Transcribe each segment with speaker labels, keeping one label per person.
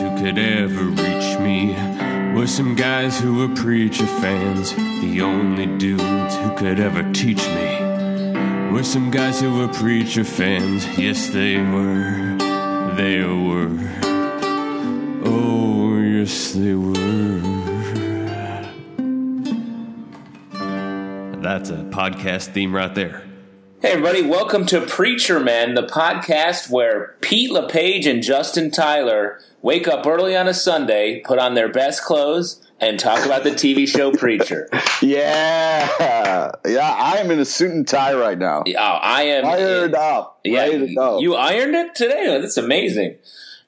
Speaker 1: ever reached me were some guys who were preacher fans. The only dudes who could ever teach me were some guys who were preacher fans. Yes, they were. They were. Oh, yes, they were. That's a podcast theme right there.
Speaker 2: Hey, everybody, welcome to Preacher Men, the podcast where Pete LePage and Justin Tyler wake up early on a Sunday, put on their best clothes, and talk about the TV show Preacher. Oh,
Speaker 3: Yeah, yeah. I am in a suit and tie right now.
Speaker 2: I am.
Speaker 3: Fired up.
Speaker 2: Yeah,
Speaker 3: ready to go.
Speaker 2: you ironed it today. Oh, That's amazing.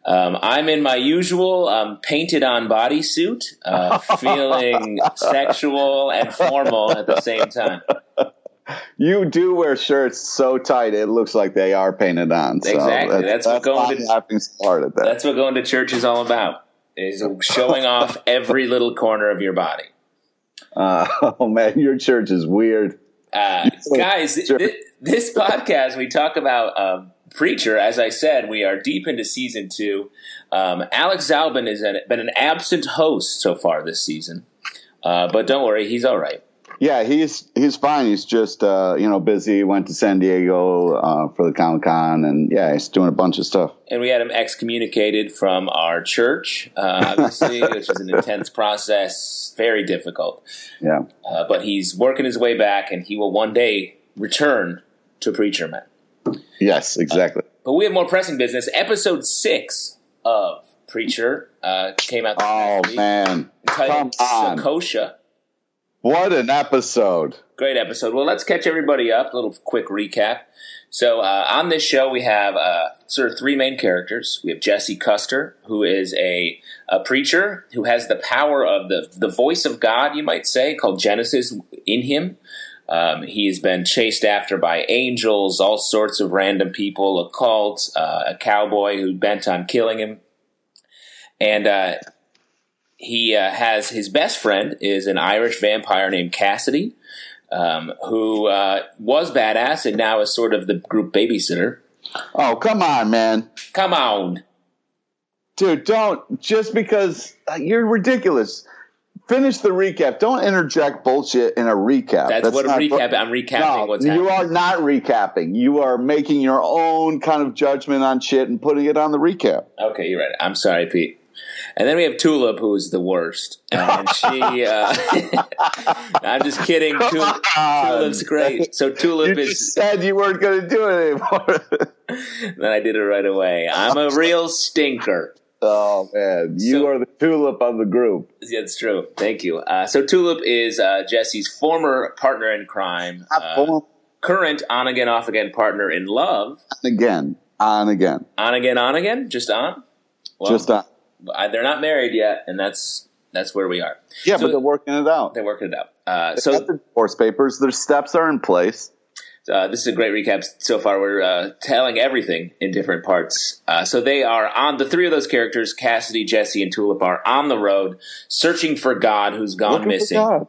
Speaker 2: Um, I'm in my usual um, painted-on bodysuit, uh, feeling sexual and formal at the same time.
Speaker 3: You do wear shirts so tight it looks like they are painted on. So
Speaker 2: Exactly. That's what going to-
Speaker 3: having started there.
Speaker 2: That's what going to church is all about: is showing off every little corner of your body.
Speaker 3: Uh, oh man, your church is weird.
Speaker 2: Uh, guys, th-
Speaker 3: Sure.
Speaker 2: th- this podcast we talk about um, preacher. As I said, we are deep into season two. Um, Alex Zalbin has an- been an absent host so far this season, uh, but don't worry, he's all right.
Speaker 3: Yeah, he's he's fine. He's just uh, you know busy. Went to San Diego uh, for the Comic Con, and yeah, he's doing a bunch of stuff.
Speaker 2: And we had him excommunicated from our church, uh, obviously, which is an intense process, very difficult.
Speaker 3: Yeah,
Speaker 2: Uh, but he's working his way back, and he will one day return to preacher man.
Speaker 3: yes, exactly.
Speaker 2: But we have more pressing business. Episode six of Preacher uh, came out. this
Speaker 3: oh
Speaker 2: past week.
Speaker 3: man,
Speaker 2: titled
Speaker 3: Come on.
Speaker 2: Sakosha.
Speaker 3: what an episode!
Speaker 2: Great episode. Well, let's catch everybody up. A little quick recap. So, uh, on this show, we have uh, sort of three main characters. We have Jesse Custer, who is a, a preacher who has the power of the, the voice of God, you might say, called Genesis in him. Um, he has been chased after by angels, all sorts of random people, a cult, uh, a cowboy who bent on killing him. And uh, he uh, has his best friend is an Irish vampire named Cassidy, um, who uh, was badass and now is sort of the group babysitter.
Speaker 3: Oh come on, man.
Speaker 2: Come on,
Speaker 3: Dude, don't just because uh, you're ridiculous. Finish the recap. Don't interject bullshit in a recap.
Speaker 2: that's, what a
Speaker 3: not-
Speaker 2: recap. I'm recapping
Speaker 3: No,
Speaker 2: what's happening.
Speaker 3: you are not recapping. You are making your own kind of judgment on shit and putting it on the recap.
Speaker 2: Okay, you're right. I'm sorry, Pete. And then we have Tulip, who is the worst, and she. Uh, I'm just kidding. Tulip, Tulip's great. So
Speaker 3: You
Speaker 2: Tulip
Speaker 3: just
Speaker 2: is.
Speaker 3: said you weren't going to do it anymore.
Speaker 2: Then I did it right away. I'm a real stinker.
Speaker 3: oh man, you
Speaker 2: So-
Speaker 3: are the tulip of the group.
Speaker 2: Yeah, That's true. Thank you. Uh, so Tulip is uh, Jesse's former partner in crime, uh,
Speaker 3: on
Speaker 2: current on again, off again partner in love.
Speaker 3: again, on again,
Speaker 2: On again, on again, just on. Well,
Speaker 3: just on.
Speaker 2: I, they're not married yet, and that's that's where we are.
Speaker 3: Yeah,
Speaker 2: so-
Speaker 3: but they're working it out.
Speaker 2: They're working it out. Uh,
Speaker 3: They
Speaker 2: so
Speaker 3: got the divorce papers. Their steps are in place.
Speaker 2: uh, this is a great recap so far. We're uh, telling everything in different parts. Uh, so they are on the three of those characters, Cassidy, Jesse, and Tulip are on the road searching for God, who's gone
Speaker 3: Looking for
Speaker 2: missing.
Speaker 3: God.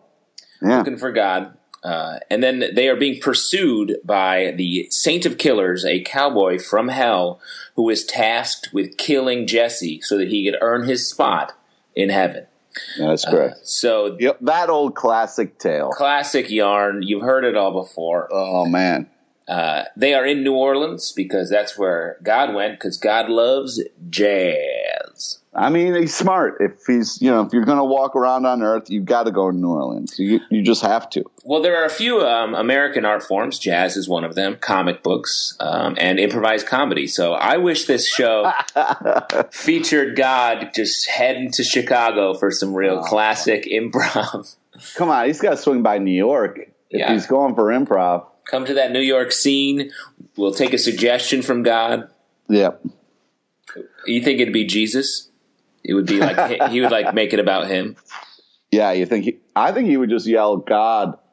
Speaker 3: Yeah.
Speaker 2: looking for God. Uh, and then they are being pursued by the Saint of Killers, a cowboy from hell who is tasked with killing Jesse so that he could earn his spot in heaven.
Speaker 3: Yeah, That's
Speaker 2: Uh,
Speaker 3: correct.
Speaker 2: So,
Speaker 3: Yep, that old classic tale.
Speaker 2: classic yarn. You've heard it all before.
Speaker 3: Oh man,
Speaker 2: Uh, they are in New Orleans because that's where God went because God loves jazz.
Speaker 3: I mean, he's smart. If he's, you know, if you're going to walk around on Earth, you got to go to New Orleans. You, you just have to.
Speaker 2: Well, there are a few um, American art forms. Jazz is one of them, comic books, um, and improvised comedy. So I wish this show featured God just heading to Chicago for some real classic improv.
Speaker 3: Come on, he's got to swing by New York if
Speaker 2: Yeah.
Speaker 3: he's going for improv.
Speaker 2: Come to that New York scene. We'll take a suggestion from God.
Speaker 3: Yep.
Speaker 2: You think it'd be Jesus? It would be like he- he would like make it about him.
Speaker 3: Yeah, you think? He, I think he would just yell God.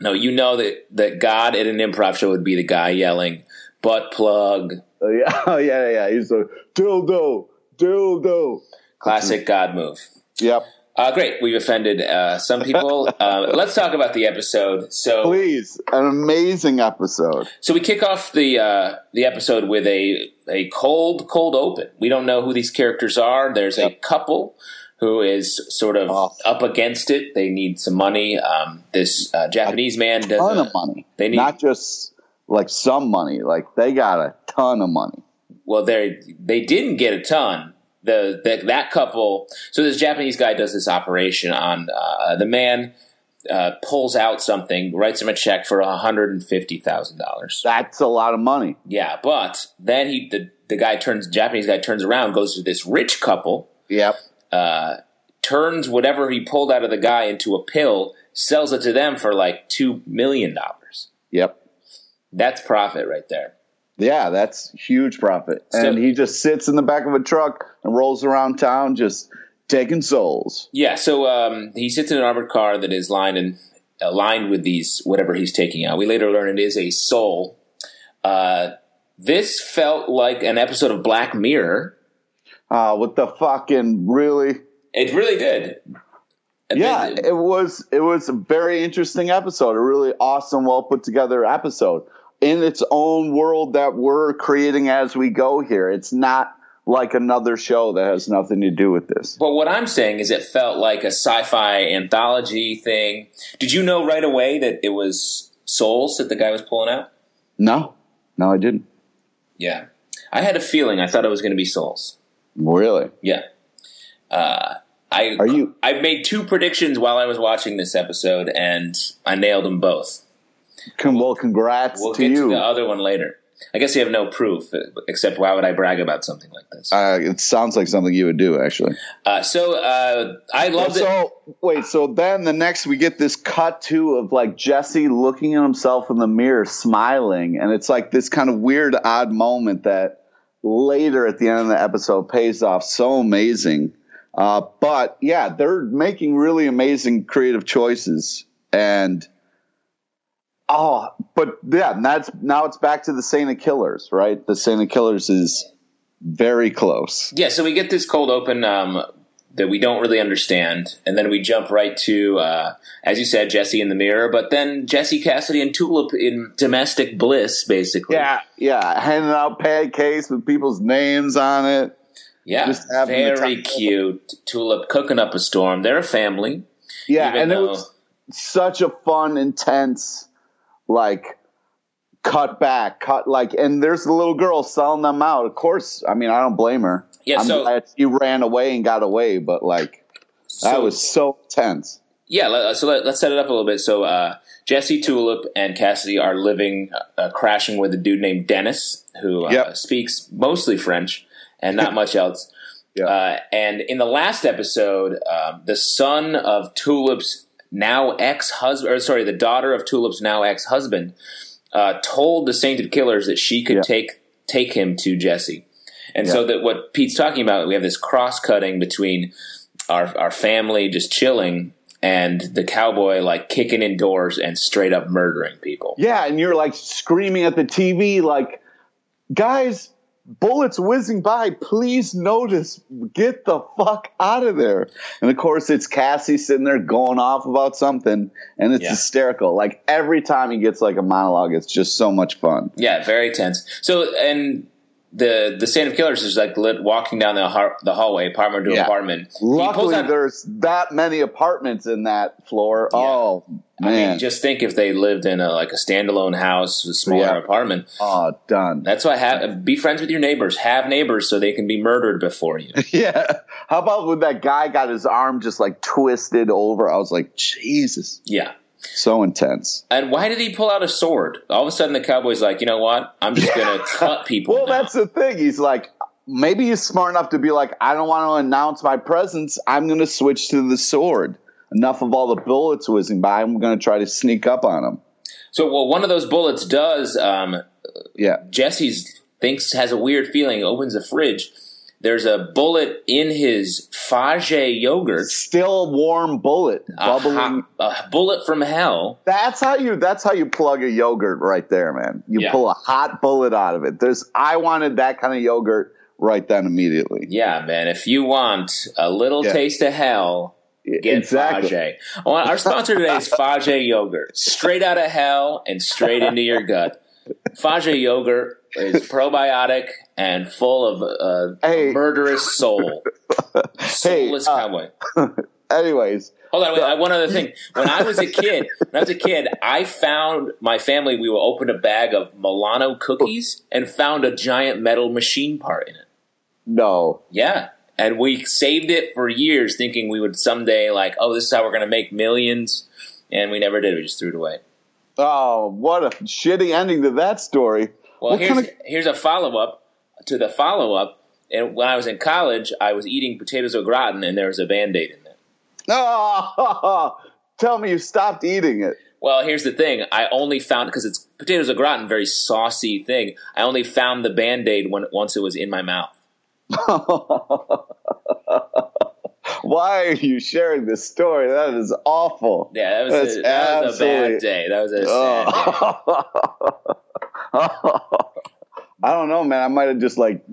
Speaker 2: No, you know that that God at an improv show would be the guy yelling butt plug,
Speaker 3: Oh, yeah, oh, yeah, yeah. He's a dildo, dildo.
Speaker 2: classic God move.
Speaker 3: Yep.
Speaker 2: Uh, great. We've offended uh, some people. uh, let's talk about the episode. So,
Speaker 3: Please, an amazing episode.
Speaker 2: so we kick off the uh, the episode with a a cold, cold open. We don't know who these characters are. There's a couple who is sort of
Speaker 3: Oh.
Speaker 2: up against it. They need some money. Um, this uh, Japanese man does
Speaker 3: ton
Speaker 2: a-
Speaker 3: of money.
Speaker 2: they need-
Speaker 3: not just like some money. Like they got a ton of money.
Speaker 2: well they they didn't get a ton the, the that couple so this japanese guy does this operation on uh, the man uh, pulls out something writes him a check for $150000
Speaker 3: That's a lot of money.
Speaker 2: yeah but then he the, the guy turns japanese guy turns around goes to this rich couple
Speaker 3: Yep.
Speaker 2: uh, turns whatever he pulled out of the guy into a pill sells it to them for like $2 million
Speaker 3: Yep.
Speaker 2: that's profit right there
Speaker 3: Yeah, that's huge profit.
Speaker 2: So-
Speaker 3: and he just sits in the back of a truck and rolls around town just taking souls.
Speaker 2: Yeah, so um, he sits in an armored car that is lined and aligned with these whatever he's taking out. We later learn it is a soul. Uh, this felt like an episode of Black Mirror.
Speaker 3: Uh, with the fucking really
Speaker 2: It really did. And
Speaker 3: Yeah,
Speaker 2: then-
Speaker 3: it was it was a very interesting episode, a really awesome, well put together episode in its own world that we're creating as we go here. It's not like another show that has nothing to do with this.
Speaker 2: but what I'm saying is, it felt like a sci-fi anthology thing. Did you know right away that it was souls that the guy was pulling out?
Speaker 3: No, no, I didn't
Speaker 2: Yeah, I had a feeling. I thought it was going to be souls.
Speaker 3: really.
Speaker 2: Yeah. Uh, I
Speaker 3: Are you-
Speaker 2: I made two predictions while I was watching this episode, and I nailed them both.
Speaker 3: Con- well, congrats
Speaker 2: We'll
Speaker 3: to
Speaker 2: get to
Speaker 3: you.
Speaker 2: the other one later. I guess you have no proof, except why would I brag about something like this?
Speaker 3: uh, it sounds like something you would do, actually.
Speaker 2: Uh, so uh, I loved it.
Speaker 3: So wait, so then the next we get this cut to of like Jesse looking at himself in the mirror, smiling, and it's like this kind of weird, odd moment that later at the end of the episode pays off so amazing. Uh, but yeah, they're making really amazing creative choices, and oh, but yeah, that's now it's back to the Saint of Killers, right? The Saint of Killers is very close.
Speaker 2: Yeah, so we get this cold open um, that we don't really understand, and then we jump right to, uh, as you said, Jesse in the mirror, but then Jesse Cassidy and Tulip in domestic bliss, basically.
Speaker 3: Yeah, yeah, handing out pad case with people's names on it.
Speaker 2: yeah,
Speaker 3: Just having the
Speaker 2: very
Speaker 3: time.
Speaker 2: cute. Tulip cooking up a storm. They're a family.
Speaker 3: Yeah,
Speaker 2: even
Speaker 3: and
Speaker 2: though-
Speaker 3: it was such a fun, intense, like cut back, cut like, and there's the little girl selling them out. Of course, I mean, I don't blame her.
Speaker 2: Yeah,
Speaker 3: I'm
Speaker 2: so-
Speaker 3: glad she ran away and got away, but like that
Speaker 2: So-
Speaker 3: was so tense.
Speaker 2: yeah let, so let, let's set it up a little bit so uh, jesse tulip and cassidy are living uh, crashing with a dude named dennis who uh,
Speaker 3: Yep.
Speaker 2: speaks mostly french and not much else
Speaker 3: Yeah.
Speaker 2: uh, and in the last episode um, the son of tulip's now ex-husband or sorry the daughter of tulip's now ex-husband uh, told the saint of killers that she could
Speaker 3: Yeah.
Speaker 2: take take him to jesse and so that what pete's talking about we have this cross-cutting between our our family just chilling and the cowboy like kicking in doors and straight up murdering people.
Speaker 3: Yeah, and you're like screaming at the TV, like, guys, bullets whizzing by. Please notice. Get the fuck out of there. And of course, it's Cassie sitting there going off about something, and it's
Speaker 2: Yeah.
Speaker 3: hysterical. Like, every time he gets like a monologue, it's just so much fun.
Speaker 2: Yeah, very tense. So and the the stand of killers is like lit, walking down the har- the hallway apartment to
Speaker 3: Yeah.
Speaker 2: apartment. He pulls
Speaker 3: Luckily,
Speaker 2: out-
Speaker 3: there's that many apartments in that floor. Oh,
Speaker 2: I
Speaker 3: man.
Speaker 2: mean, just think if they lived in a like a standalone house, a smaller
Speaker 3: Yeah.
Speaker 2: apartment.
Speaker 3: oh, done.
Speaker 2: That's why have be friends with your neighbors. Have neighbors so they can be murdered before you.
Speaker 3: Yeah. How about when that guy got his arm just like twisted over? I was like, Jesus.
Speaker 2: yeah.
Speaker 3: So intense.
Speaker 2: And why did he pull out a sword? All of a sudden, the cowboy's like, you know what? I'm just going to cut people.
Speaker 3: Well,
Speaker 2: now."
Speaker 3: that's the thing. He's like, maybe he's smart enough to be like, I don't want to announce my presence. I'm going to switch to the sword. Enough of all the bullets whizzing by. I'm going to try to sneak up on him.
Speaker 2: So, well, one of those bullets does. Um,
Speaker 3: Yeah.
Speaker 2: Jesse's thinks has a weird feeling. Opens the fridge. There's a bullet in his Fage yogurt.
Speaker 3: Still a warm bullet
Speaker 2: A,
Speaker 3: bubbling.
Speaker 2: hot- a bullet from hell.
Speaker 3: That's how you. That's how you plug a yogurt right there, man. You
Speaker 2: Yeah.
Speaker 3: pull a hot bullet out of it. There's. I wanted that kind of yogurt right then immediately.
Speaker 2: Yeah, man. If you want a little
Speaker 3: Yeah.
Speaker 2: taste of hell, Get
Speaker 3: exactly.
Speaker 2: Faje. Well, our sponsor today is Faje Yogurt. Straight out of hell and straight into your gut. Faje Yogurt is probiotic and full of uh,
Speaker 3: Hey.
Speaker 2: murderous soul. Soulless
Speaker 3: uh,
Speaker 2: cowboy.
Speaker 3: Anyways,
Speaker 2: Hold on, wait, I, one other thing. When I was a kid, when I was a kid, I found my family. We would open a bag of Milano cookies and found a giant metal machine part in it.
Speaker 3: no.
Speaker 2: Yeah, and we saved it for years, thinking we would someday like, oh, this is how we're going to make millions, and we never did. We just threw it away.
Speaker 3: Oh, what a shitty ending to that story.
Speaker 2: Well,
Speaker 3: What
Speaker 2: here's
Speaker 3: kind of-
Speaker 2: here's a follow up to the follow up. And when I was in college, I was eating potatoes au gratin, and there was a band aid in there.
Speaker 3: Oh, tell me you stopped eating it.
Speaker 2: Well, here's the thing. I only found because it's potatoes au gratin, very saucy thing. I only found the band aid when once it was in my mouth.
Speaker 3: Why are you sharing this story? That is awful.
Speaker 2: Yeah, that was, a,
Speaker 3: That's
Speaker 2: that was a
Speaker 3: absolutely- Oh.
Speaker 2: bad day. That was a sad day.
Speaker 3: I don't know, man. I might have just like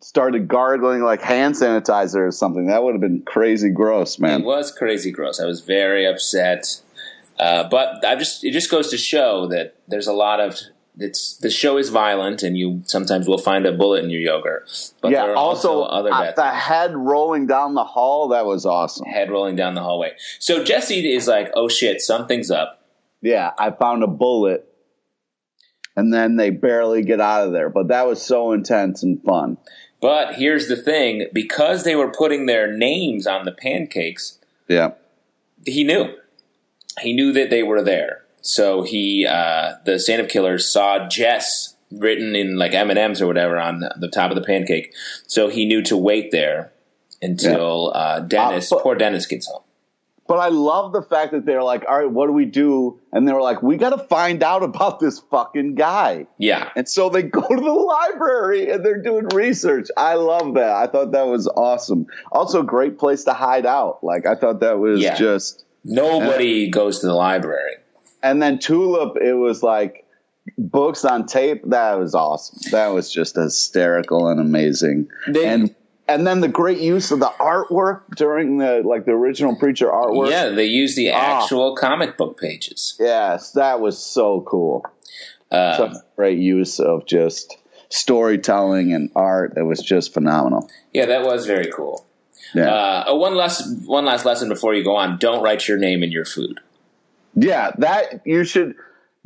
Speaker 3: started gargling like hand sanitizer or something. That would have been crazy gross,
Speaker 2: It
Speaker 3: man.
Speaker 2: was crazy gross. I was very upset. Uh, but I just it just goes to show that there's a lot of it's the show is violent, and you sometimes will find a bullet in your yogurt. But
Speaker 3: yeah.
Speaker 2: there are
Speaker 3: Also,
Speaker 2: also, other
Speaker 3: uh,
Speaker 2: bad
Speaker 3: the head rolling down the hall. That was awesome.
Speaker 2: head rolling down the hallway. So Jesse is like, "Oh shit, something's up."
Speaker 3: Yeah, I found a bullet, and then they barely get out of there. But that was so intense and fun.
Speaker 2: But here's the thing: because they were putting their names on the pancakes,
Speaker 3: Yeah.
Speaker 2: he knew. He knew that they were there. So he, uh, the stand-up killer, saw Jess written in like M and M's or whatever on the top of the pancake. So he knew to wait there until uh, Dennis,
Speaker 3: Uh, but-
Speaker 2: poor Dennis, gets home.
Speaker 3: But I love the fact that they're like, all right, what do we do? And they were like, we got to find out about this fucking guy.
Speaker 2: Yeah,
Speaker 3: And so they go to the library and they're doing research. I love that. I thought that was awesome. Also, great place to hide out. Like, I thought that was
Speaker 2: Yeah.
Speaker 3: just.
Speaker 2: nobody goes to the library.
Speaker 3: And then Tulip, it was like books on tape. That was awesome. That was just hysterical and amazing.
Speaker 2: They-
Speaker 3: and and then the great use of the artwork during the like the original preacher artwork.
Speaker 2: Yeah, they use the
Speaker 3: Ah.
Speaker 2: actual comic book pages.
Speaker 3: Yes, that was so cool.
Speaker 2: Um,
Speaker 3: Such great use of just storytelling and art. It was just phenomenal.
Speaker 2: yeah, that was very cool.
Speaker 3: Yeah.
Speaker 2: Uh, oh, one last one last lesson before you go on: don't write your name in your food.
Speaker 3: Yeah, that you should.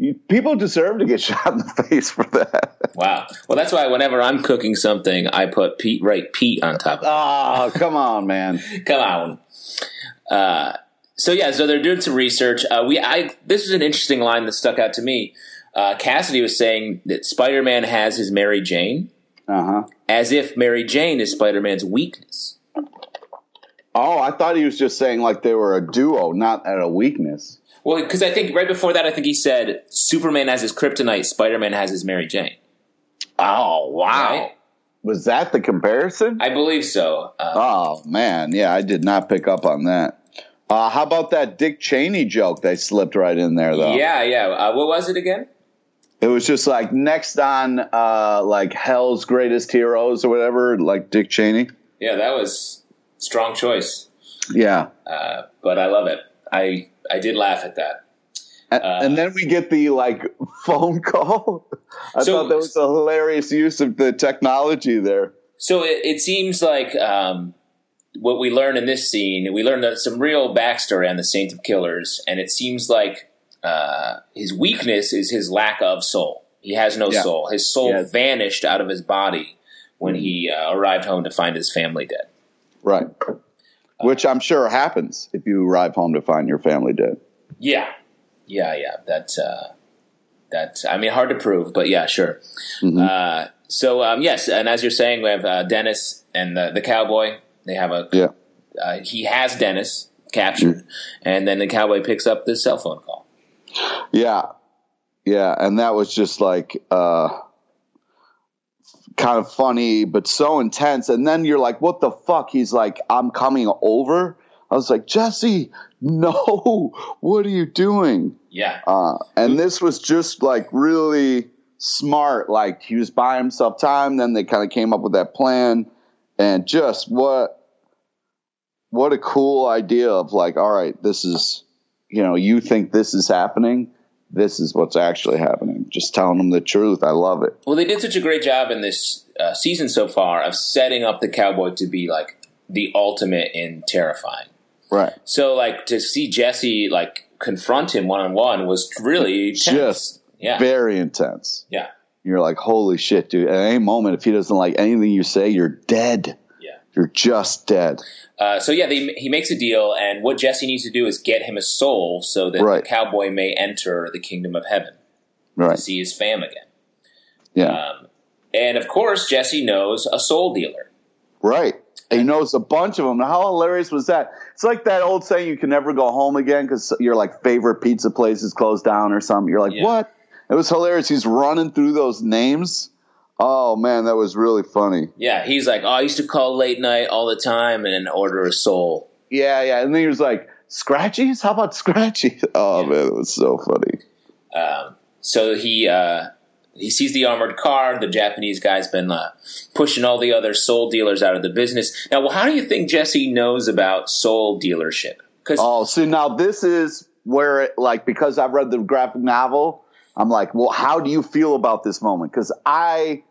Speaker 3: You, people deserve to get shot in the face for that.
Speaker 2: Wow. Well, that's why whenever I'm cooking something, I put Pete right Pete on top of
Speaker 3: Oh, come on, man.
Speaker 2: it. Come on. Uh, so yeah, so they're doing some research. Uh, we I this is an interesting line that stuck out to me. Uh, Cassidy was saying that Spider-Man has his Mary Jane,
Speaker 3: Uh huh.
Speaker 2: as if Mary Jane is Spider-Man's weakness.
Speaker 3: Oh, I thought he was just saying like they were a duo, not at a weakness.
Speaker 2: Well, because I think right before that, I think he said Superman has his kryptonite, Spider-Man has his Mary Jane.
Speaker 3: Oh, wow.
Speaker 2: Right?
Speaker 3: Was that the comparison?
Speaker 2: I believe so. Uh,
Speaker 3: oh, man. Yeah, I did not pick up on that. Uh, how about that Dick Cheney joke they slipped right in there, though?
Speaker 2: Yeah, yeah. Uh, what was it again?
Speaker 3: It was just like next on, uh, like Hell's Greatest Heroes or whatever, like Dick Cheney.
Speaker 2: Yeah, that was strong choice.
Speaker 3: Yeah.
Speaker 2: Uh, but I love it. I I did laugh at that.
Speaker 3: And,
Speaker 2: Uh,
Speaker 3: and then we get the like phone call. I
Speaker 2: So-
Speaker 3: thought that was a hilarious use of the technology there.
Speaker 2: So it, it seems like um, what we learn in this scene, we learn some real backstory on the Saint of Killers, and it seems like uh, his weakness is his lack of soul. He has no
Speaker 3: Yeah.
Speaker 2: soul. His soul
Speaker 3: Yeah.
Speaker 2: vanished out of his body when he uh, arrived home to find his family dead.
Speaker 3: Right.
Speaker 2: Uh,
Speaker 3: Which I'm sure happens if you arrive home to find your family dead.
Speaker 2: Yeah, yeah, yeah. That uh, that I mean, hard to prove, but yeah, sure.
Speaker 3: Mm-hmm.
Speaker 2: Uh, so um, yes, and as you're saying, we have uh, Dennis and the, the cowboy. They have a
Speaker 3: Yeah. Mm-hmm.
Speaker 2: uh, he has Dennis captured, and then the cowboy picks up the cell phone call.
Speaker 3: Yeah. Yeah. And that was just like uh kind of funny, but so intense. And then you're like, what the fuck? He's like, I'm coming over. I was like, Jesse, no, what are you doing?
Speaker 2: Yeah,
Speaker 3: Uh, and this was just like really smart. Like he was buying himself time. Then they kind of came up with that plan, and just what what a cool idea of like, all right, this is, you know, you think this is happening. This is what's actually happening. Just telling them the truth. I love it.
Speaker 2: Well, they did such a great job in this uh, season so far of setting up the cowboy to be like the ultimate in terrifying.
Speaker 3: Right.
Speaker 2: So like to see Jesse like confront him one on one was really tense.
Speaker 3: Just
Speaker 2: yeah,
Speaker 3: Very intense.
Speaker 2: yeah,
Speaker 3: You're like, holy shit, dude. At any moment, if he doesn't like anything you say, you're dead.
Speaker 2: yeah.
Speaker 3: You're just dead.
Speaker 2: Uh, so yeah, they, he makes a deal, and what Jesse needs to do is get him a soul so that
Speaker 3: Right.
Speaker 2: the cowboy may enter the kingdom of heaven to
Speaker 3: Right.
Speaker 2: see his fam again.
Speaker 3: Yeah.
Speaker 2: Um, and of course, Jesse knows a soul dealer.
Speaker 3: Right. And he knows a bunch of them. Now, How hilarious was that? It's like that old saying, you can never go home again because your like favorite pizza place is closed down or something. You're like,
Speaker 2: Yeah.
Speaker 3: what? It was hilarious. He's running through those names. Oh man, that was really funny.
Speaker 2: Yeah, he's like, oh, I used to call late night all the time and order a soul.
Speaker 3: Yeah, yeah. And then he was like, Scratchies? How about Scratchy? Oh man, it was so funny.
Speaker 2: Um, so he uh, he sees the armored car. The Japanese guy's been uh, pushing all the other soul dealers out of the business. Now, well, how do you think Jesse knows about soul dealership? Because
Speaker 3: Oh, so now this is where it like because I've read the graphic novel, I'm like, well, how do you feel about this moment? Because I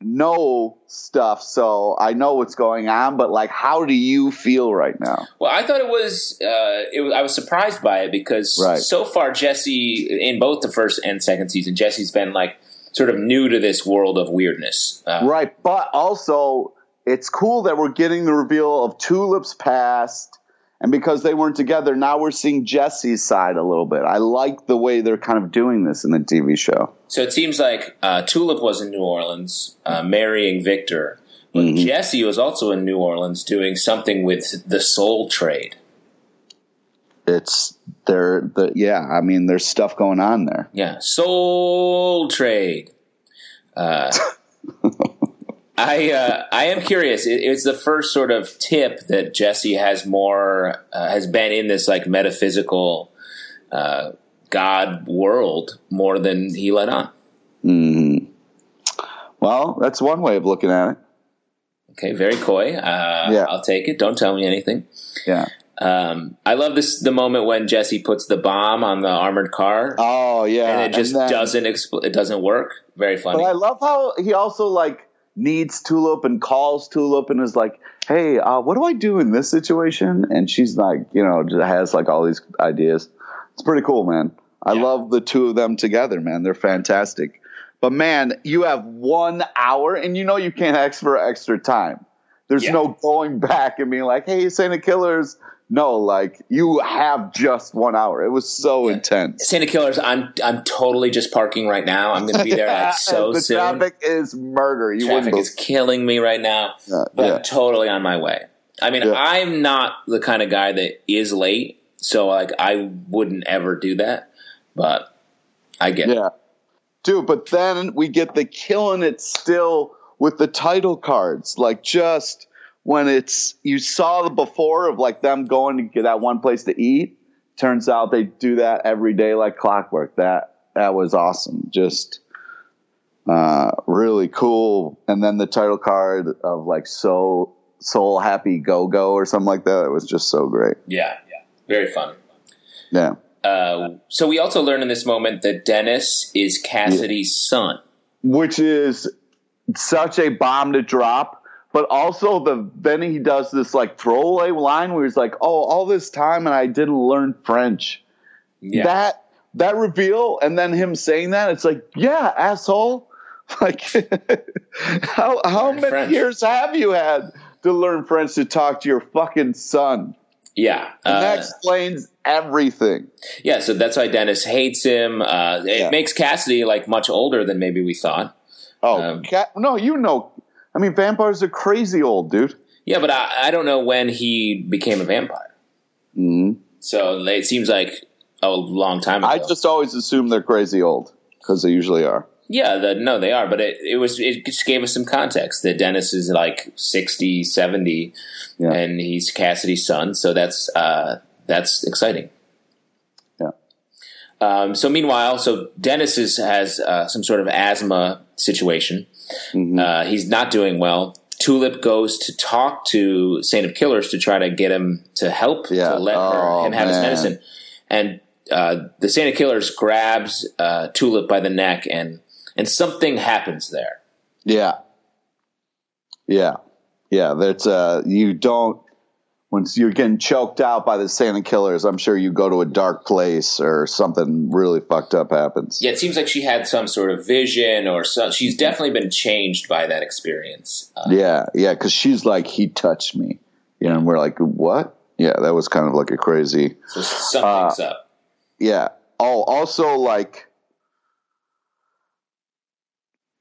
Speaker 3: know stuff, so I know what's going on, but like, how do you feel right now?
Speaker 2: Well, I thought it was, uh, it was. I was surprised by it because
Speaker 3: Right.
Speaker 2: so far Jesse, in both the first and second season, Jesse's been like sort of new to this world of weirdness. Uh,
Speaker 3: Right, but also it's cool that we're getting the reveal of Tulip's past, and because they weren't together, now we're seeing Jesse's side a little bit. I like the way they're kind of doing this in the TV show.
Speaker 2: So it seems like uh, Tulip was in New Orleans uh, marrying Victor, but
Speaker 3: Mm-hmm.
Speaker 2: Jesse was also in New Orleans doing something with the soul trade.
Speaker 3: It's there, the yeah. I mean, there's stuff going on there.
Speaker 2: Yeah, soul trade. Uh, I uh, I am curious. It, it's the first sort of tip that Jesse has more uh, has been in this like metaphysical uh, God world more than he let on.
Speaker 3: Well, that's one way of looking at it.
Speaker 2: Okay, very coy. Uh,
Speaker 3: Yeah.
Speaker 2: I'll take it. Don't tell me anything.
Speaker 3: Yeah.
Speaker 2: Um, I love this the moment when Jesse puts the bomb on the armored car
Speaker 3: Oh yeah.
Speaker 2: and it just
Speaker 3: then-
Speaker 2: doesn't expl- it doesn't work. Very
Speaker 3: But
Speaker 2: funny.
Speaker 3: I love how he also like needs Tulip and calls Tulip and is like, "Hey, uh, what do I do in this situation?" And she's like, you know, just has like all these ideas. It's pretty cool, man. I
Speaker 2: Yeah.
Speaker 3: love the two of them together, man. They're fantastic. But man, you have one hour, and you know you can't ask for extra time. There's
Speaker 2: Yeah.
Speaker 3: no going back and being like, "Hey, Santa Killers." No, like you have just one hour. It was so intense.
Speaker 2: Santa Killers, I'm I'm totally just parking right now. I'm going to be there like so
Speaker 3: the
Speaker 2: soon. Traffic,
Speaker 3: traffic is murder. You wouldn't
Speaker 2: uh, is killing me right now,
Speaker 3: Yeah,
Speaker 2: but
Speaker 3: yeah.
Speaker 2: I'm totally on my way. I mean,
Speaker 3: Yeah.
Speaker 2: I'm not the kind of guy that is late, so like I wouldn't ever do that. But I get it.
Speaker 3: Yeah. Dude, but then we get the killing it still with the title cards. Like just when it's you saw the before of like them going to get that one place to eat. Turns out they do that every day like clockwork. That that was awesome. Just uh really cool. And then the title card of like so soul happy go go or something like that. It was just so great.
Speaker 2: yeah, yeah. very fun.
Speaker 3: Yeah.
Speaker 2: Uh, so we also learn in this moment that Dennis is Cassidy's son.
Speaker 3: which is such a bomb to drop. But also the then he does this like throwaway line where he's like, "Oh, all this time and I didn't learn French."
Speaker 2: Yeah.
Speaker 3: That that reveal and then him saying that, it's like, "Yeah, asshole." Like how how
Speaker 2: Learn
Speaker 3: many
Speaker 2: French.
Speaker 3: years have you had to learn French to talk to your fucking son?
Speaker 2: yeah.
Speaker 3: And that
Speaker 2: Uh,
Speaker 3: explains everything.
Speaker 2: yeah, so that's why Dennis hates him. Uh, it
Speaker 3: Yeah.
Speaker 2: makes Cassidy like much older than maybe we thought.
Speaker 3: Oh,
Speaker 2: um,
Speaker 3: cat, no, you know. I mean, vampires are crazy old, dude.
Speaker 2: Yeah, but I, I don't know when he became a vampire.
Speaker 3: Mm-hmm.
Speaker 2: So it seems like a long time ago.
Speaker 3: I just always assume they're crazy old because they usually are.
Speaker 2: yeah, the, no, they are. But it, it was it just gave us some context that Dennis is like 60, 70,
Speaker 3: Yeah.
Speaker 2: and he's Cassidy's son. So that's uh, that's exciting.
Speaker 3: Yeah.
Speaker 2: Um, so meanwhile, so Dennis
Speaker 3: Mm-hmm.
Speaker 2: is, has uh, some sort of asthma situation. Uh, he's not doing well. Tulip goes to talk to Saint of Killers to try to get him to help
Speaker 3: Yeah.
Speaker 2: to let
Speaker 3: Oh,
Speaker 2: her, him have his
Speaker 3: man.
Speaker 2: medicine, and uh, the Saint of Killers grabs uh, Tulip by the neck, and and something happens there.
Speaker 3: Yeah. Yeah. Yeah. That's uh you don't once you're getting choked out by the Santa killers, I'm sure you go to a dark place or something really fucked up happens.
Speaker 2: Yeah, it seems like she had some sort of vision, or so, she's definitely been changed by that experience. Uh,
Speaker 3: Yeah, yeah, because she's like, he touched me. You know, and we're like, what? Yeah, that was kind of like a crazy.
Speaker 2: so something's up.
Speaker 3: Yeah. Oh, also like,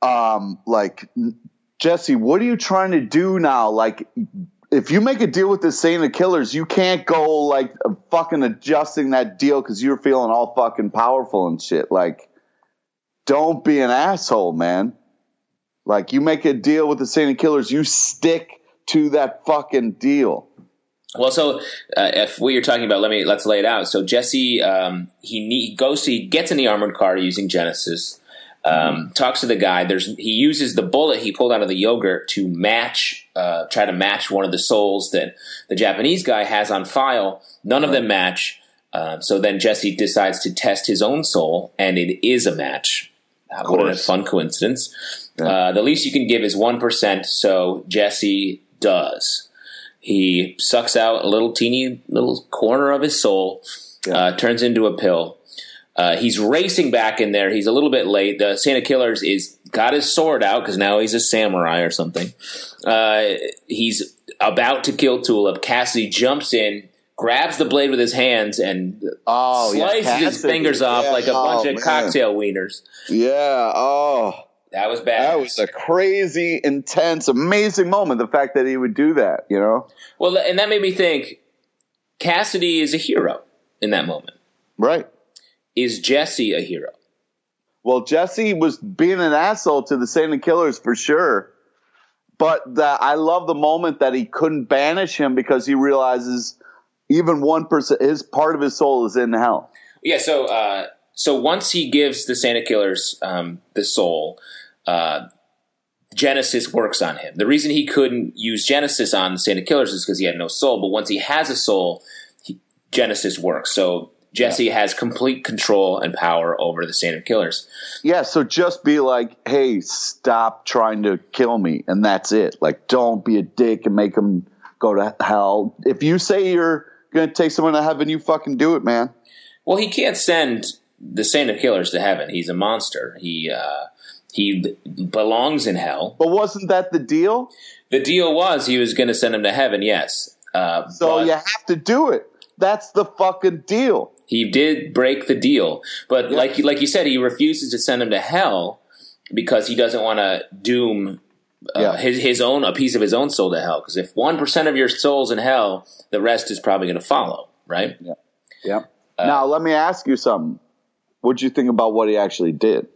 Speaker 3: um, like n- Jesse, what are you trying to do now? Like, if you make a deal with the Santa Killers, you can't go like uh, fucking adjusting that deal because you're feeling all fucking powerful and shit. Like, don't be an asshole, man. Like, you make a deal with the Santa Killers, you stick to that fucking deal.
Speaker 2: Well, so uh, if what you're talking about, let me let's lay it out. So Jesse, um, he, ne- he goes, he gets in the armored car using Genesis. Um, Talks to the guy. There's he uses the bullet he pulled out of the yogurt to match, uh, try to match one of the souls that the Japanese guy has on file. None of them match. Um, so then Jesse decides to test his own soul, and it is a match. Uh, what a
Speaker 3: course.
Speaker 2: fun coincidence! Uh, the least you can give is one percent. So Jesse does. He sucks out a little teeny little corner of his soul, uh, turns into a pill. Uh, he's racing back in there. He's a little bit late. The Santa Killers is got his sword out because now he's a samurai or something. Uh, he's about to kill Tulip. Cassidy jumps in, grabs the blade with his hands, and
Speaker 3: Oh,
Speaker 2: slices his fingers off like a bunch of cocktail wieners.
Speaker 3: Yeah. Oh.
Speaker 2: That was bad.
Speaker 3: That was a crazy, intense, amazing moment. The fact that he would do that, you know,
Speaker 2: well, and that made me think. Cassidy is a hero in that moment.
Speaker 3: right?
Speaker 2: Is Jesse a hero?
Speaker 3: Well, Jesse was being an asshole to the Santa Killers for sure, but the, I love the moment that he couldn't banish him because he realizes even one percent, his part of his soul is in hell.
Speaker 2: Yeah. So uh, so once he gives the Santa Killers um, the soul, uh, Genesis works on him. The reason he couldn't use Genesis on the Santa Killers is because he had no soul. But once he has a soul, he, Genesis works. So Jesse has complete control and power over the Santa Killers.
Speaker 3: Yeah, so just be like, hey, stop trying to kill me, and that's it. Like, don't be a dick and make him go to hell. If you say you're gonna take someone to heaven, you fucking do it, man.
Speaker 2: Well, he can't send the Santa Killers to heaven. He's a monster. He uh, he belongs in hell.
Speaker 3: But wasn't that the deal?
Speaker 2: The deal was he was going to send him to heaven. Yes. Uh,
Speaker 3: So
Speaker 2: but-
Speaker 3: you have to do it. That's the fucking deal.
Speaker 2: He did break the deal, but like like you said, he refuses to send him to hell because he doesn't want to doom uh,
Speaker 3: Yeah.
Speaker 2: his his own a piece of his own soul to hell. Because if one percent of your soul's in hell, the rest is probably going to follow, right?
Speaker 3: Yep.
Speaker 2: uh,
Speaker 3: now let me ask you something. What'd you think about what he actually did?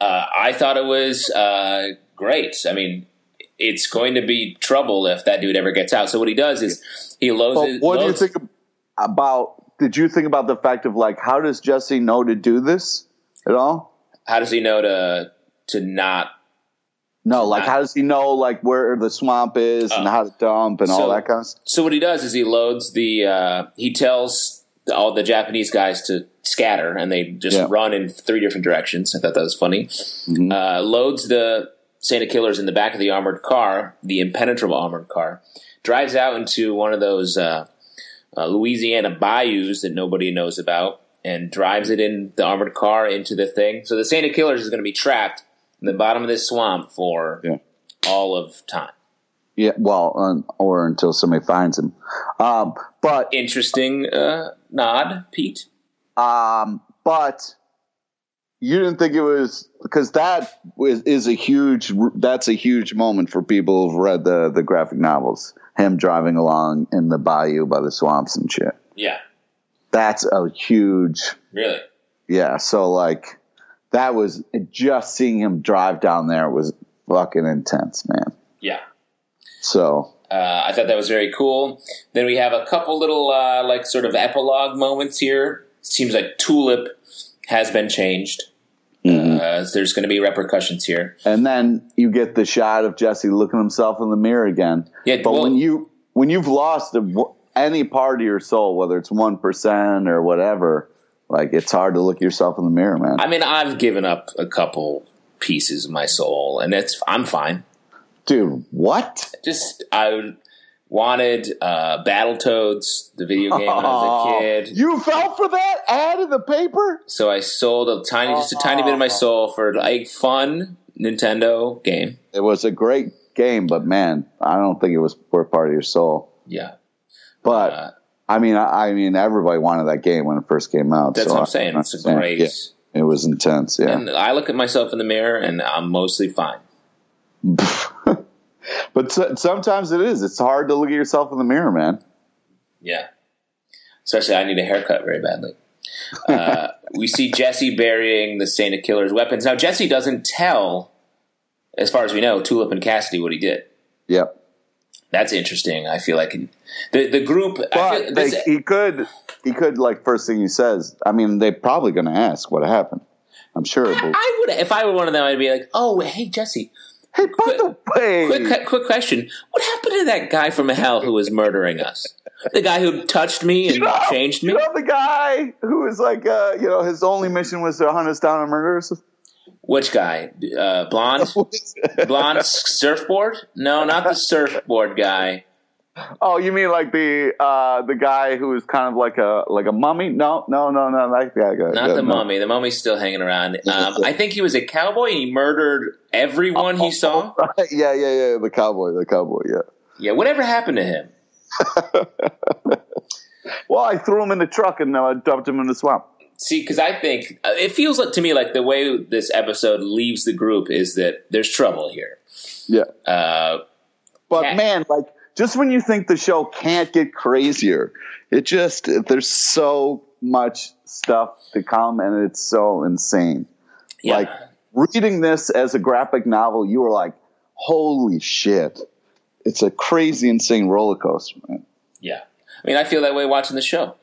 Speaker 2: Uh, I thought it was uh, great. I mean, it's going to be trouble if that dude ever gets out. So what he does is he loads.
Speaker 3: But
Speaker 2: his-
Speaker 3: what do you
Speaker 2: loads-
Speaker 3: think ab- about? Did you think about the fact of like how does Jesse know to do this at all?
Speaker 2: How does he know to to not
Speaker 3: No, like how does he know like where the swamp is and how to dump and all
Speaker 2: So-
Speaker 3: that kind of stuff?
Speaker 2: So what he does is he loads the uh, he tells all the Japanese guys to scatter and they just
Speaker 3: Yeah. Mm-hmm.
Speaker 2: run in three different directions. I thought that was funny. Uh, loads the Santa killers in the back of the armored car, the impenetrable armored car, drives out into one of those uh, uh, Louisiana bayous that nobody knows about, and drives it in the armored car into the thing. So the Santa killers is going to be trapped in the bottom of this swamp for
Speaker 3: Yeah.
Speaker 2: all of time.
Speaker 3: Yeah, well, um, or until somebody finds him. Um, but
Speaker 2: Interesting uh, nod, Pete.
Speaker 3: Um, but you didn't think it was because that was, is a huge that's a huge moment for people who've read the the graphic novels. Him driving along in the bayou by the swamps and shit.
Speaker 2: Yeah,
Speaker 3: That's a huge
Speaker 2: really.
Speaker 3: yeah. So like that was just seeing him drive down there was fucking intense, man.
Speaker 2: Yeah.
Speaker 3: So
Speaker 2: Uh, I thought that was very cool. Then we have a couple little, uh, like, sort of epilogue moments here. Seems like Tulip has been changed.
Speaker 3: Mm-hmm.
Speaker 2: Uh, there's going to be repercussions here.
Speaker 3: and then you get the shot of Jesse looking himself in the mirror again.
Speaker 2: Yeah,
Speaker 3: but
Speaker 2: well-
Speaker 3: when you when you've lost a- any part of your soul, whether it's one percent or whatever, like it's hard to look yourself in the mirror, man.
Speaker 2: I mean, I've given up a couple pieces of my soul, and it's I'm fine.
Speaker 3: Dude, what?
Speaker 2: Just I wanted uh, Battletoads, the video game when I was
Speaker 3: Aw,
Speaker 2: a kid.
Speaker 3: You fell for that ad in the paper?
Speaker 2: So I sold a tiny, just a tiny bit of my soul for like fun Nintendo game.
Speaker 3: It was a great game, but man, I don't think it was worth part of your soul.
Speaker 2: Yeah,
Speaker 3: But
Speaker 2: Uh,
Speaker 3: I mean, I, I mean, everybody wanted that game when it first came out.
Speaker 2: that's
Speaker 3: so
Speaker 2: what
Speaker 3: I-
Speaker 2: I'm saying. It's a
Speaker 3: saying,
Speaker 2: great.
Speaker 3: yeah, it was intense. Yeah,
Speaker 2: And I look at myself in the mirror, and I'm mostly fine.
Speaker 3: but so- sometimes it is. It's hard to look at yourself in the mirror, man.
Speaker 2: Yeah. Especially, I need a haircut very badly. Uh, we see Jesse burying the Saint of Killer's weapons. Now, Jesse doesn't tell, as far as we know, Tulip and Cassidy what he did.
Speaker 3: Yep.
Speaker 2: That's interesting. I feel like the the group. I feel,
Speaker 3: But they,
Speaker 2: this-
Speaker 3: he could, he could like first thing he says. I mean, they're probably going to ask what happened. I'm sure. it will-
Speaker 2: I would, if I were one of them, I'd be like, "Oh, hey, Jesse,
Speaker 3: hey, by the way,
Speaker 2: quick, quick question. What happened to that guy from hell who was murdering us? The guy who touched me and
Speaker 3: know,
Speaker 2: changed me?
Speaker 3: you know the guy who was like, uh, you know, his only mission was to hunt us down and murder us.
Speaker 2: Which guy? Uh, blonde, blonde surfboard? No, not the surfboard guy."
Speaker 3: Oh, you mean like the uh, the guy who is kind of like a like a mummy? No, no, no, no, that guy. guy
Speaker 2: Not
Speaker 3: guy,
Speaker 2: the
Speaker 3: no.
Speaker 2: mummy. The mummy's still hanging around. Um,
Speaker 3: that's it.
Speaker 2: I think he was a cowboy and he murdered everyone he saw.
Speaker 3: yeah, yeah, yeah, the cowboy, the cowboy. Yeah.
Speaker 2: Yeah, whatever happened to him?
Speaker 3: Well, I threw him in the truck and uh, dumped him in the swamp.
Speaker 2: See, because I think uh, it feels like, to me like the way this episode leaves the group is that there's trouble here.
Speaker 3: Yeah.
Speaker 2: Uh,
Speaker 3: But
Speaker 2: Cat-
Speaker 3: man, like just when you think the show can't get crazier, it just there's so much stuff to come, and it's so insane.
Speaker 2: yeah.
Speaker 3: Like reading this as a graphic novel, you were like, "Holy shit!" It's a crazy, insane roller coaster, man.
Speaker 2: yeah. I mean, I feel that way watching the show.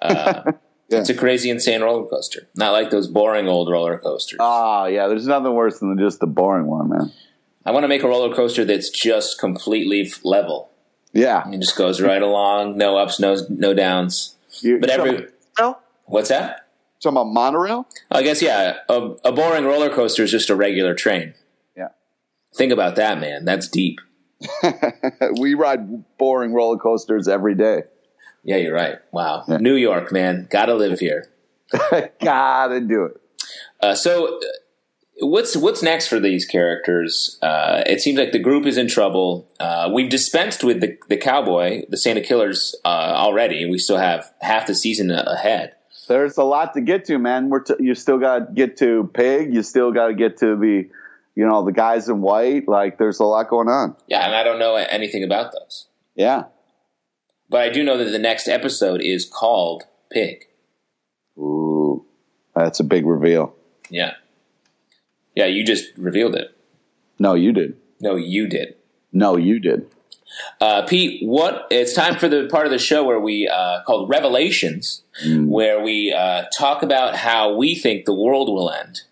Speaker 2: Uh,
Speaker 3: Yeah.
Speaker 2: It's a crazy, insane roller coaster. Not like those boring old roller coasters.
Speaker 3: Ah, yeah. There's nothing worse than just the boring one, man.
Speaker 2: I want to make a roller coaster that's just completely f- level.
Speaker 3: Yeah,
Speaker 2: It just goes right along, no ups, no no downs.
Speaker 3: You-
Speaker 2: But
Speaker 3: you
Speaker 2: every-
Speaker 3: talking about,
Speaker 2: What's that?
Speaker 3: talking about monorail?
Speaker 2: I guess yeah. A, a boring roller coaster is just a regular train.
Speaker 3: Yeah,
Speaker 2: Think about that, man. That's deep.
Speaker 3: we ride boring roller coasters every day.
Speaker 2: Yeah, you're right. Wow, New York, man. Gotta live here.
Speaker 3: Gotta do it.
Speaker 2: Uh, so, uh, what's what's next for these characters? Uh, it seems like the group is in trouble. Uh, we've dispensed with the, the cowboy, the Santa Killers, uh, already, and we still have half the season a- ahead.
Speaker 3: There's a lot to get to, man. We're t- you still got to get to Pig. You still got to get to the, you know, the guys in white. Like, there's a lot going on.
Speaker 2: Yeah, and I don't know anything about those,
Speaker 3: Yeah.
Speaker 2: but I do know that the next episode is called Pig.
Speaker 3: Ooh, that's a big reveal.
Speaker 2: Yeah, yeah. You just revealed it.
Speaker 3: No, you did.
Speaker 2: No, you did.
Speaker 3: No, you did.
Speaker 2: Uh, Pete, what it's time for the part of the show where we uh, called Revelations,
Speaker 3: Mm.
Speaker 2: where we uh, talk about how we think the world will end.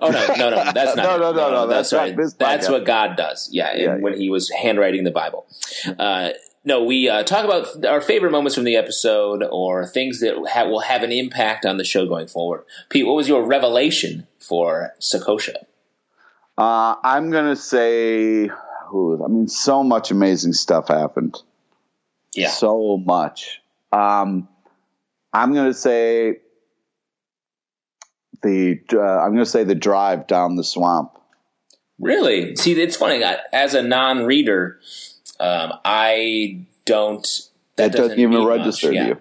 Speaker 2: Oh no, no, no, that's not.
Speaker 3: No,
Speaker 2: it.
Speaker 3: no, no, no, that's not
Speaker 2: right.
Speaker 3: this
Speaker 2: That's
Speaker 3: podcast.
Speaker 2: what God does. Yeah, and
Speaker 3: Yeah,
Speaker 2: when He was handwriting the Bible. Uh, no, we uh, talk about our favorite moments from the episode or things that ha- will have an impact on the show going forward. Pete, what was your revelation for Sakosha?
Speaker 3: Uh, I'm gonna say, ooh, I mean, so much amazing stuff happened.
Speaker 2: Yeah,
Speaker 3: so much. Um, I'm going to say the uh, I'm going to say the drive down the swamp.
Speaker 2: Really? See, it's funny. I, as a non-reader, um, I don't.
Speaker 3: That doesn't, even
Speaker 2: mean much,
Speaker 3: register to
Speaker 2: yeah.
Speaker 3: you.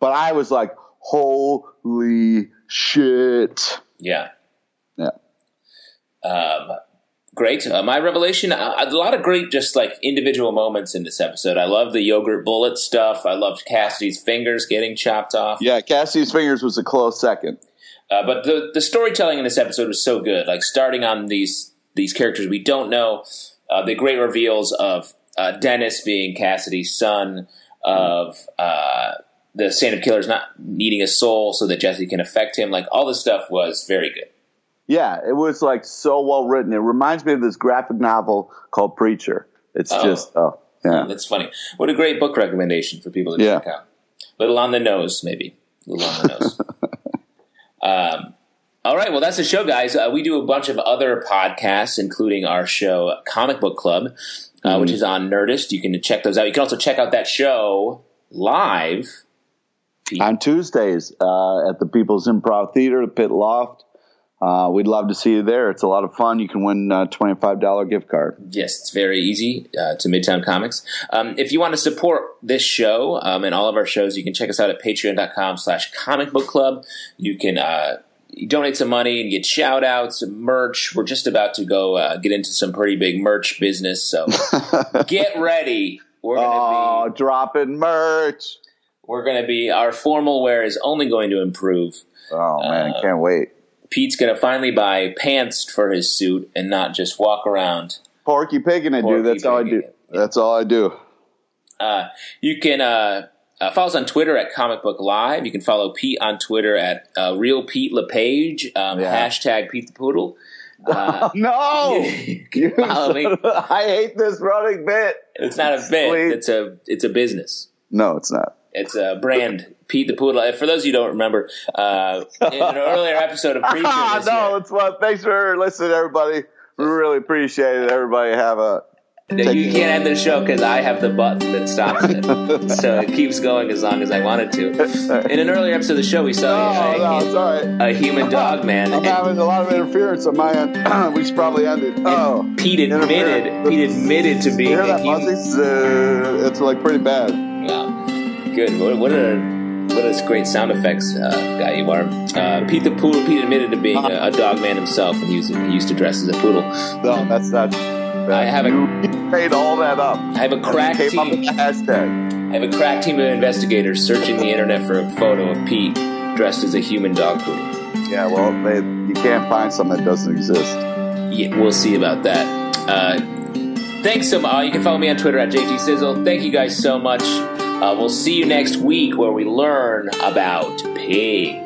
Speaker 3: But I was like, holy shit!
Speaker 2: Yeah.
Speaker 3: Yeah,
Speaker 2: Um, great. Uh, my revelation. Uh, a lot of great, just like individual moments in this episode. I love the yogurt bullet stuff. I loved Cassidy's fingers getting chopped off.
Speaker 3: yeah. Cassie's fingers was a close second.
Speaker 2: Uh, but the the storytelling in this episode was so good. Like starting on these these characters we don't know, uh, the great reveals of uh, Dennis being Cassidy's son, of uh, the Saint of Killers not needing a soul so that Jesse can affect him. Like all this stuff was very good.
Speaker 3: yeah, it was like so well written. It reminds me of this graphic novel called Preacher. It's
Speaker 2: Oh.
Speaker 3: just oh yeah.
Speaker 2: That's funny. What a great book recommendation for people to
Speaker 3: Yeah.
Speaker 2: check out. Little on the nose, maybe. Little on the nose. um, all right. Well, that's the show, guys. Uh, we do a bunch of other podcasts, including our show Comic Book Club, uh, which
Speaker 3: Mm-hmm.
Speaker 2: is on Nerdist. You can check those out. You can also check out that show live.
Speaker 3: On Tuesdays uh, at the People's Improv Theater, the Pit Loft. Uh, we'd love to see you there. It's a lot of fun. You can win a twenty-five dollar gift card.
Speaker 2: Yes, it's very easy uh, to Midtown Comics. Um, if you want to support this show um, and all of our shows, you can check us out at patreon.com slash comic book club. You can uh, donate some money and get shout outs, merch. We're just about to go uh, get into some pretty big merch business, so get ready. We're going to be
Speaker 3: Oh, dropping merch!
Speaker 2: we're going to be our formal wear is only going to improve.
Speaker 3: Oh man, I can't wait.
Speaker 2: Pete's going to finally buy pants for his suit and not just walk around
Speaker 3: Porky pigging it,
Speaker 2: Porky
Speaker 3: dude. That's all I
Speaker 2: pigging
Speaker 3: do.
Speaker 2: it,
Speaker 3: That's all I do.
Speaker 2: Uh, you can uh, uh, follow us on Twitter at Comic Book Live. You can follow Pete on Twitter at uh, Real Pete LePage. Um,
Speaker 3: Yeah.
Speaker 2: Hashtag Pete the Poodle. Uh,
Speaker 3: No,
Speaker 2: you
Speaker 3: You
Speaker 2: can follow me.
Speaker 3: son of a- I hate this running bit.
Speaker 2: It's not a bit.
Speaker 3: Sweet.
Speaker 2: It's a it's a business.
Speaker 3: No, it's not.
Speaker 2: It's a brand. Pete the Poodle. For those of you who don't remember, uh, in an earlier episode of Preacher,
Speaker 3: Ah,
Speaker 2: this
Speaker 3: no,
Speaker 2: year,
Speaker 3: it's fun. Thanks for listening, everybody. We really appreciate it. Everybody have a
Speaker 2: you can't end the show because I have the button that stops it, so it keeps going as long as I want it to. In an earlier episode of the show, we saw
Speaker 3: oh no, it's all right.
Speaker 2: a, a human dog man.
Speaker 3: I'm
Speaker 2: and-
Speaker 3: having a lot of interference on my end. we should probably end it. Oh,
Speaker 2: Pete admitted
Speaker 3: Interference.
Speaker 2: Pete admitted to
Speaker 3: you
Speaker 2: being
Speaker 3: hear
Speaker 2: a
Speaker 3: that
Speaker 2: human.
Speaker 3: buzzing? Uh, it's like pretty bad.
Speaker 2: Wow. Good. What, what a what a great sound effects uh, guy you are. Uh, Pete the poodle. Pete admitted to being a, a dog man himself, and he was he used to dress as a poodle.
Speaker 3: No, that's not.
Speaker 2: I have a-
Speaker 3: you made all that up.
Speaker 2: I have a crack
Speaker 3: Came up with
Speaker 2: team.
Speaker 3: the hashtag.
Speaker 2: I have a crack team of investigators searching the internet for a photo of Pete dressed as a human dog poodle.
Speaker 3: Yeah, well, they, you can't find something that doesn't exist.
Speaker 2: Yeah, we'll see about that. Uh, thanks so much. Uh, You can follow me on Twitter at JT Sizzle. Thank you guys so much. Uh, we'll see you next week where we learn about pigs.